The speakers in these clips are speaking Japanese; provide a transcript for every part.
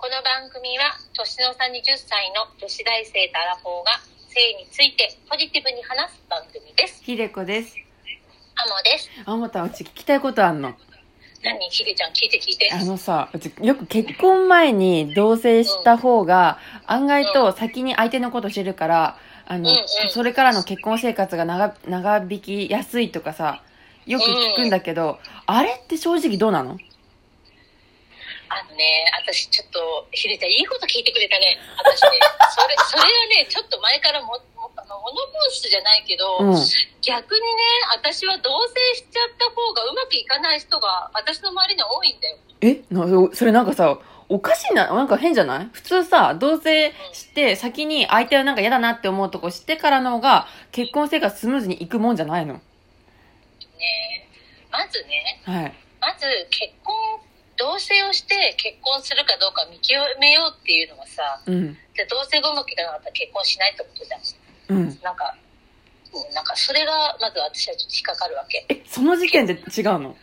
番組は年の差20歳の女子大生とアラフォーが性についてポジティブに話す番組ですひでこです。アモですあまたうち聞きたいことあんの。何ひでちゃん聞いて聞いてあのさ、うちよく結婚前に同棲した方が、案外と先に相手のこと知るから、あの、うんうんそれからの結婚生活が長長引きやすいとかさ、よく聞くんだけど、あれって正直どうなのあのね私ちょっとひでちゃんいいこと聞いてくれたね私ね それそれはねちょっと前からももあの物申すじゃないけど、うん。逆にね私は同棲しちゃった方がうまくいかない人が私の周りには多いんだよえなそれなんかさ、おかしいな、なんか変じゃない普通さ、同棲して先に相手はなんか嫌だなって思うとこ知ってからの方が、結婚生活スムーズにいくもんじゃないのねまずねはい。まず結婚同棲をして結婚するかどうか見極めようっていうのはさうん。で同棲後向きだなったら結婚しないってことじゃんうん。なんかうんなんかそれがまず私はちょっと引っかかるわけえその時点で違うの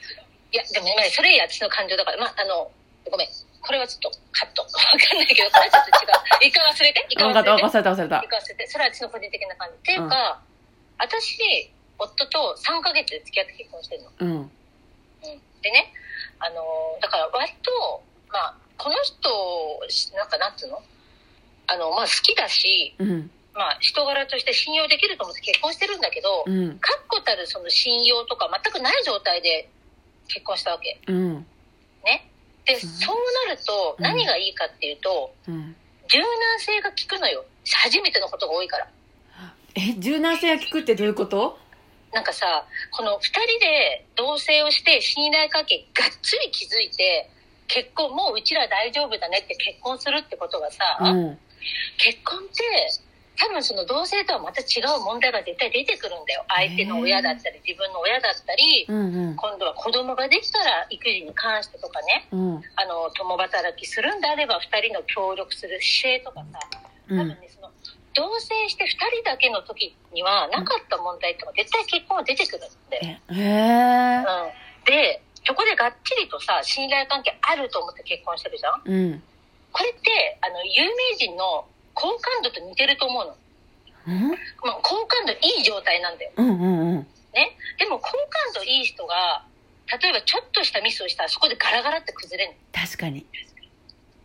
いやでもねそれ私の感情だからまああのごめんこれはちょっとカット わかんないけどこれはちょっと違う一回忘れて一回分か忘ったれて分かった忘れた一回忘れてそれは私の個人的な感じっていうか、私夫と3ヶ月で付き合って結婚してるのうんでね、あのーだから割と、まあ、この人をしなんかなんつうのあの、まあ、好きだし、うんまあ、人柄として信用できると思って結婚してるんだけどうん確固たるその信用とか全くない状態で結婚したわけうんねで、んそうなるとうん何がいいかっていうと、うん柔軟性が効くのよ初めてのことが多いからえ柔軟性が効くってどういうことなんかさこの2人で同棲をして信頼関係がっつり築いて結婚もううちら大丈夫だねって結婚するってことがさ、うん結婚って多分その同性とはまた違う問題が絶対出てくるんだよ相手の親だったり自分の親だったりうんうん今度は子供ができたら育児に関してとかねうんあの共働きするんであれば2人の協力する姿勢とかさ多う分んねその同棲して2人だけの時にはなかった問題とか絶対結婚は出てくるんだよ。えへえうん、でそこでがっちりとさ信頼関係あると思って結婚してるじゃんうんこれってあの有名人の好感度と似てると思うの、うんまあ、好感度いい状態なんだようんうんうんでも好感度いい人が例えばちょっとしたミスをしたらそこでガラガラって崩れる確かに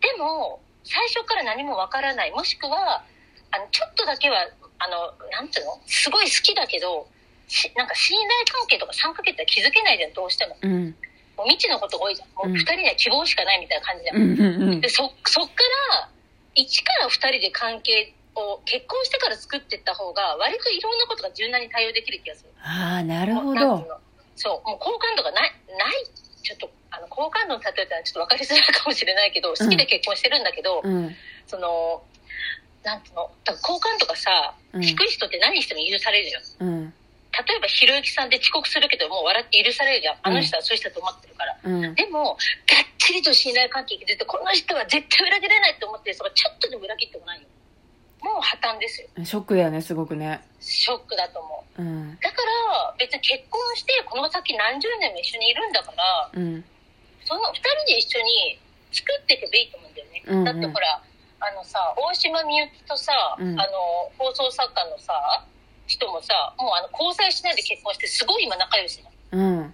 でも最初から何もわからないもしくはあのちょっとだけはあのなんていうのすごい好きだけどしなんか信頼関係とか3ヶ月では気づけないじゃんどうしてもうんもう未知のことが多いじゃんもう2人には希望しかないみたいな感じじゃんうんうんうんでそそっから一から二人で関係を結婚してから作っていった方が割といろんなことが柔軟に対応できる気がするああなるほもうなんていどうのそうもう好感度がないないちょっとあの好感度の例えたらちょっと分かりづらいかもしれないけど好きで結婚してるんだけど、うんそのなんていうのだから好感度がさうん低い人って何しても許されるじゃんうん例えばひろゆきさんで遅刻するけどもう笑って許されるじゃんあの人はそういう人だと思ってるから、うんでも、がっちりと信頼関係築いて、この人は絶対裏切れないと思ってる人がちょっとでも裏切ってもないよ。もう破綻ですよ。ショックだよねすごくねショックだと思う。うんだから、別に結婚して、この先何十年も一緒にいるんだから、うんその二人で一緒に作っていけばいいと思うんだよね。うんうんだってほら、あのさ、大島みゆきとさ、うんあの、放送作家のさ、人もさ、もうあの交際しないで結婚して、すごい今仲良しじゃんうん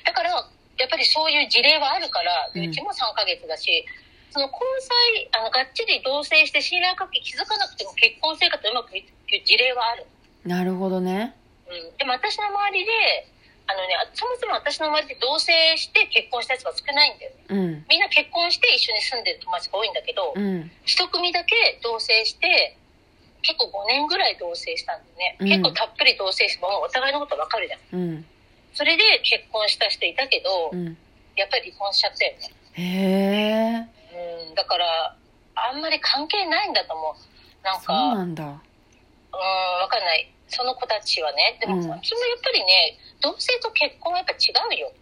だからやっぱりそういう事例はあるからうんでうちも3ヶ月だし、その交際あのがっちり同棲して信頼関係築かなくても結婚生活うまくいくっていう事例はある、なるほどねうん、でも私の周りであのねあそもそも私の周りで同棲して結婚したやつが少ないんだよねうんみんな結婚して一緒に住んでる友達が多いんだけどうん一組だけ同棲して結構5年ぐらい同棲したんだよね、うん結構たっぷり同棲してもうお互いのこと分かるじゃんうんそれで結婚した人いたけど、うんやっぱり離婚しちゃったよねへえうん、だからあんまり関係ないんだと思うなんそうかうんなんだわかんないその子たちはねでも、うんそれもやっぱりね同性と結婚はやっぱ違うよ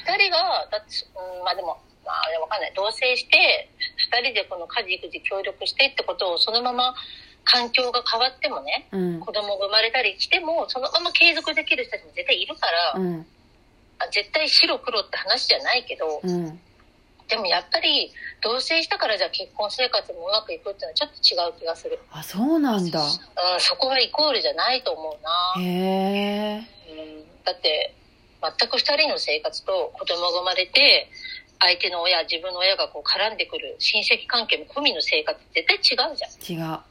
2人がだって、うん、まあでもまあわかんない同棲して2人でこの家事育児協力してってことをそのまま環境が変わってもねうん子供が生まれたりしてもそのまま継続できる人たちも絶対いるから、うんあ絶対白黒って話じゃないけど、うんでもやっぱり同棲したからじゃあ結婚生活もうまくいくっていうのはちょっと違う気がする、あ、そうなんだ。うん、そこはイコールじゃないと思うな、へえ。うん、だって全く2人の生活と子供が生まれて相手の親自分の親がこう絡んでくる親戚関係も込みの生活って絶対違うじ違う。ゃ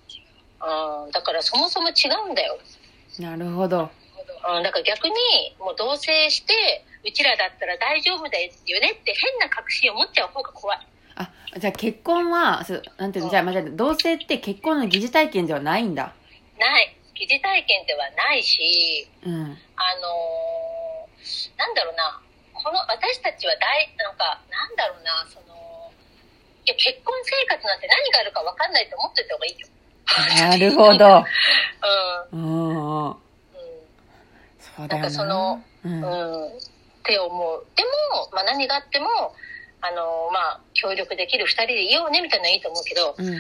ん、うん、だからそもそも違うんだよなるほど。うん、だから逆にもう同棲してうちらだったら大丈夫だよねって変な確信を持っちゃう方が怖いあ、じゃあ結婚は、そうなんていうの、じゃあ、まあじゃあ同棲って結婚の疑似体験ではないんだ。ない疑似体験ではないし うん。あのーなんだろうなこの私たちは大なんかなんだろうなそのいや結婚生活なんて何があるか分かんないと思ってた方がいいよなるほど。うんうん。うん、うんそうだよなんかそのうん。うんって思うでも、まあ、何があってもあのまあ協力できる2人でいようねみたいなのはいいと思うけどうん。絶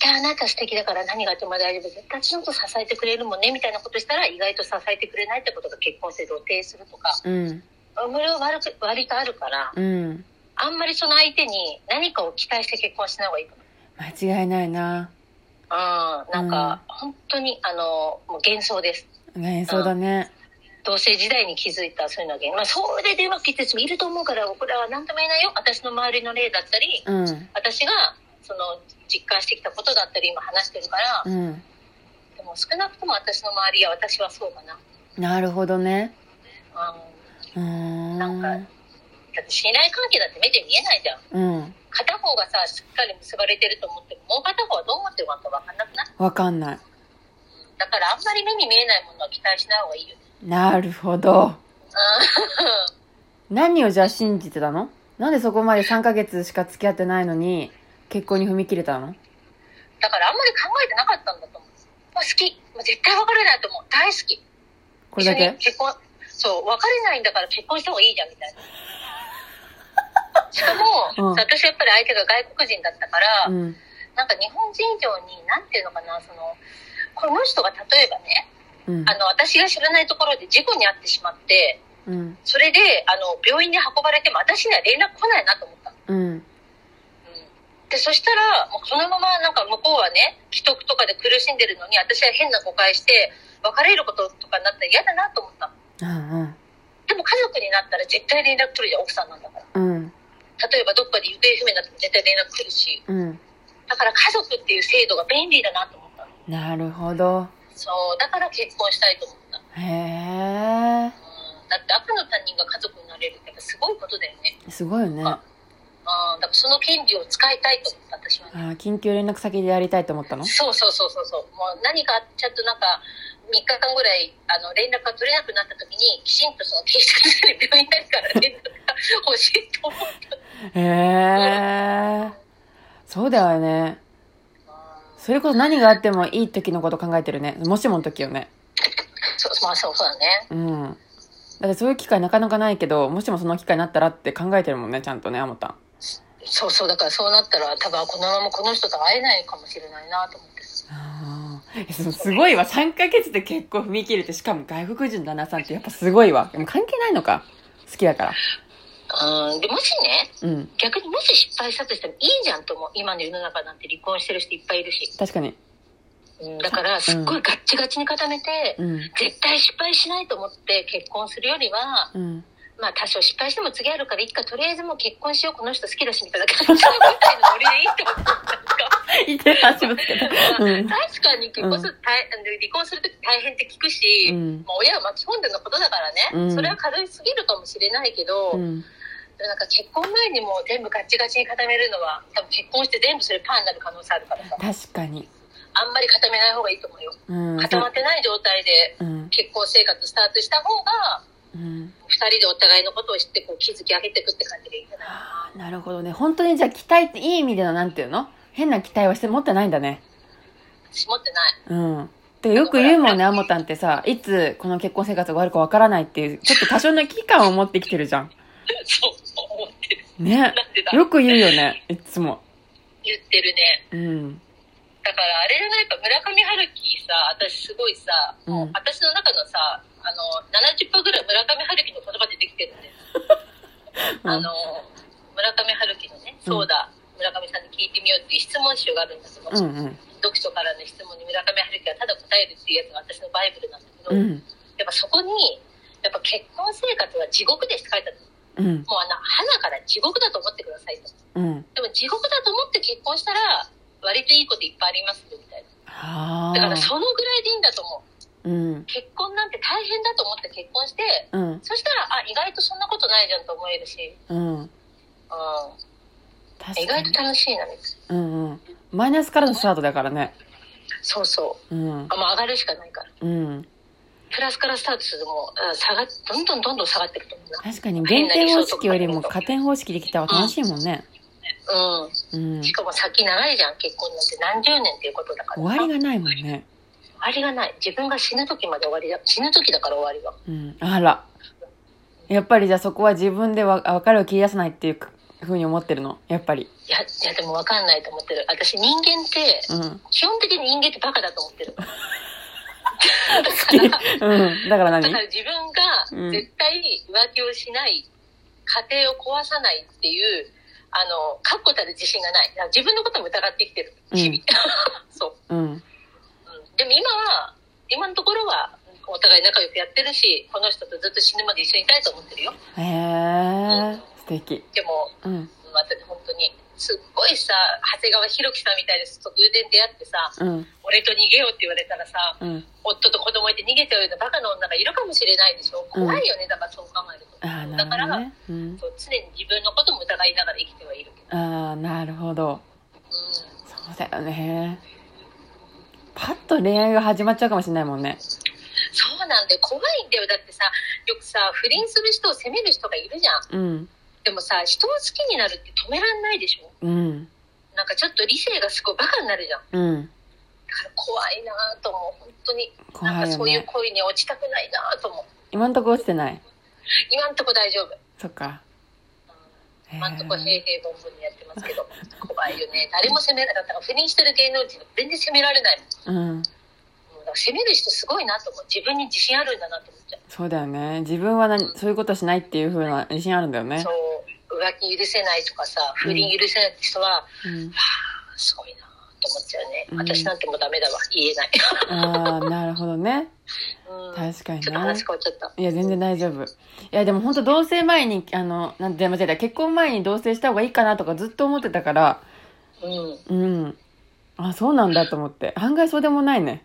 対あなた素敵だから何があっても大丈夫絶対ちゃんと支えてくれるもんねみたいなことしたら意外と支えてくれないってことが結婚制度を停止するとかうん。無料割く割とあるからうん。あんまりその相手に何かを期待して結婚しない方がいいと思う間違いないな。うんなんか本当にあのもう幻想ですね、そうだね。同棲時代に気づいたそういうのが、まあ、それでうまくいってる人もいると思うから僕らは何とも言えないよ私の周りの例だったりうん。私がその実感してきたことだったり今話してるからうん。でも少なくとも私の周りや私はそうかな、なるほどね。ううーん。ん、なんかだって信頼関係だって目で見えないじゃんうん。片方がさしっかり結ばれてると思ってももう片方はどう思ってるか分かんなくないわかんない。だからあんまり目に見えないものは期待しない方がいいよねなるほど。う何をじゃあ信じてたのなんでそこまで3ヶ月しか付き合ってないのに、結婚に踏み切れたのんだからあんまり考えてなかったんだと思うもう好きもう絶対別れないと思う大好きこれだ一緒にけ結婚そう別れないんだから結婚した方がいいじゃんみたいなしかも、うん私やっぱり相手が外国人だったから、うん。なんか日本人以上になんていうのかなそのこの人が例えばねうんあ。の私が知らないところで事故に遭ってしまってうん。それであの病院に運ばれても私には連絡来ないなと思ったの、うん、うん。でそしたらもうそのままなんか向こうはね既得とかで苦しんでるのに私は変な誤解して別れることとかになったら嫌だなと思ったのうん。でも家族になったら絶対連絡取るじゃん奥さんなんだからうん。例えばどっかで行方不明になっても絶対連絡来るしうん。だから家族っていう制度が便利だなと思ったのなるほど。そうだから結婚したいと思った、へうん、え。だって赤の他人が家族になれるってやっぱすごいことだよね、すごいよね。あうん、だからその権利を使いたいと思った私はねー緊急連絡先でやりたいと思ったのそうそうそうそうそうもう何かちゃんとなんか3日間ぐらいあの連絡が取れなくなった時にきちんとその警察で病院にから連絡が欲しいと思った、へえ。そうだよね。うんそれこそ何があってもいい時のこと考えてるね。もしもの時よね。そうまあそうそうだねうん。だってそういう機会なかなかないけど、もしもその機会になったらって考えてるもんね、ちゃんとね、あもたん。そうそうだからそうなったら多分このままこの人と会えないかもしれないなと思ってあーえそうすごいわ。3ヶ月で結構踏み切れて、しかも外国人の旦那さんってやっぱすごいわ。でも関係ないのか。好きだから。うんでもしねうん。逆にもし失敗したとしてもいいじゃんと思う今の世の中なんて離婚してる人いっぱいいるし、確かに。うん、だからすっごいガッチガチに固めて、うん。絶対失敗しないと思って結婚するよりはうん。まあ多少失敗しても次あるからいっかとりあえずもう結婚しようこの人好きだしみたいな感じみたいなノリでいいと思って いて、足ぶつけた。うん。確かに結婚する、大変離婚する時大変って聞くし、うんまあ、親は巻き込んでのことだからね、うんそれは軽いすぎるかもしれないけど、うん。でもなんか結婚前にもう全部ガチガチに固めるのは多分結婚して全部それパンになる可能性あるからさ確かに。あんまり固めない方がいいと思うようん。固まってない状態でうん。結婚生活スタートした方がうん。 2人でお互いのことを知ってこう築き上げていくって感じでいいんじゃないあーなるほどね。本当にじゃあ期待っていい意味での、なんていうの変な期待はして持ってないんだね。私持ってないうん。てかよく言うもんね、アモタンってさ、いつこの結婚生活が終わるかわからないっていう、ちょっと多少の危機感を持ってきてるじゃん。そう思ってるね。なんでだよく言うよね、いつも。言ってるねうん。だからあれじゃないか村上春樹さ私すごいさ、うん私の中のさあの70%ぐらい村上春樹の言葉でできてるんで、 あうんの村上春樹のね、そうだ、村上さんに聞いてみようっていう質問集があるんだけど、うんうん読書からの質問に村上春樹がただ答えるっていうやつが私のバイブルなんだけど、うやっぱんそこに、やっぱ結婚生活は地獄ですって書いてある。うんもうあの、花から地獄だと思ってくださいと。うんでも地獄だと思って結婚したら、割といいこといっぱいありますよみたいな。はだからあそのぐらいでいいんだと思う。うん結婚なんて大変だと思って結婚して、うんそしたら、あ、意外とそんなことないじゃんと思えるし、うんう確ん。意か外にと楽しいな、みたいな。うんうんマイナスからのスタートだからねそうそう。うんあ、もう上がるしかないから。うんプラスからスタートするともう、うん下がっ、どんどんどんどん下がっていくと思う確かに減点方式よりも加点方式できた方が楽しいもんねな。ううんん。しかも先長いじゃん、結婚なんて何十年っていうことだから。終わりがないもんね終わりがない。自分が死ぬ時まで終わりだ。死ぬ時だから終わりが。うんあらやっぱりじゃあそこは自分でわ別れを切り出さないっていうふうに思ってるのやっぱりいや、いやでも分かんないと思ってる。私人間って、うん 基本的に人間ってバカだと思ってる。だかうんだかららだ何から自分うんが絶対浮気をしない、家庭を壊さないっていう、あの、確固たる自信がない。だから自分のことも疑ってきてる。日々 そう。うんうんでも今は、今のところは、お互い仲良くやってるし、この人とずっと死ぬまで一緒にいたいと思ってるよ。へえ素敵でも、うんまた本当に、すっごいさ、長谷川博己さんみたいな人と偶然出会ってさ、うん俺と逃げようって言われたらさ、うん夫と子供いて逃げてるようなバカな女がいるかもしれないでしょ。怖いよね、だからそう考えると。ああだかなるほら、どねうんそう常に自分のことも疑いながら生きてはいるけど。ああなるほどうんそうだよねパッと恋愛が始まっちゃうかもしれないもんねそうなんだよ。怖いんだよ。だってさ、よくさ、不倫する人を責める人がいるじゃん。うんでもさ、人を好きになるって止めらんないでしょうんなんかちょっと理性がすごいバカになるじゃん。だうんから怖いなぁと思う。本当に。なん怖かいよそういうね恋に落ちたくないなぁと思う。今んとこ落ちてない今んとこ大丈夫。そっかへ今んとこえ平々凡々にやってますけど。怖いよね。誰も責められない。だから不倫してる芸能人は全然責められないもん。うんうんだから責める人すごいなと思う。自分に自信あるんだなと思っちゃう。そうだよね自分は何そういうことしないっていうふうな自信あるんだよねそう、浮気許せないとかさ、不倫許せないって人は、うんすごいなぁと思っちゃうねう。ん私なんてもうダメだわ。言えない。ああなるほどねうん。確かにちょっとな話変わっちゃった。いや全然大丈夫いやでも本当同棲前にあのなんて間違えた結婚前に同棲した方がいいかなとかずっと思ってたからうん。うんあそうなんだと思って案外そうでもないね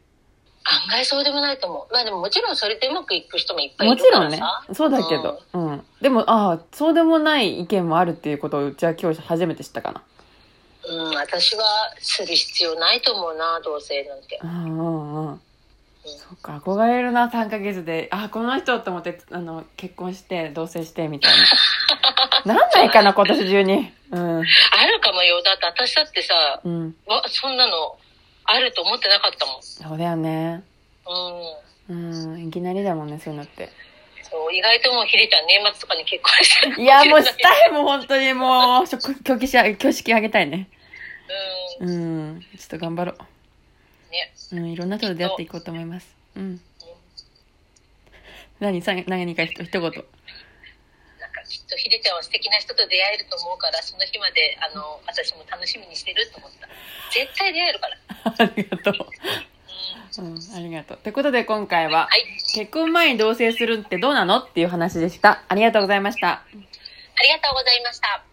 案外そうでもないと思う。まあでももちろんそれでうまくいく人もいっぱいいもるちかろんらねさ。そうだけど、うんでもああそうでもない意見もあるっていうことをうちは今日初めて知ったかうん、うん、私はする必要ないと思うな、同性なんて。なうんうんうんそっか憧れるな3ヶ月であこの人と思ってあの結婚して同棲してみたいななんないかな今年中にうん あるかもよ。だって私だってさ、うんわそんなのあると思ってなかったもそうだよねん。うん。うんいきなりだもんねそういうのってそう、意外ともうひりちゃん年末とかに結婚してるいやもうしたいもう本当にもうしょ拒否しあ挙式あげたいねううんちょっと頑張ろん。ね。う、うん、いろんな人と出会っていこうと思いますうん何さ何かひと一言なんかきっとひりちゃんは素敵な人と出会えると思うから、その日まで、あの、私も楽しみにしてると思った。絶対出会えるから。ありがとうん。う。うん、ありがとう。ってことで今回は、はい。結婚前に同棲するってどうなのっていう話でした。ありがとうございました。ありがとうございました。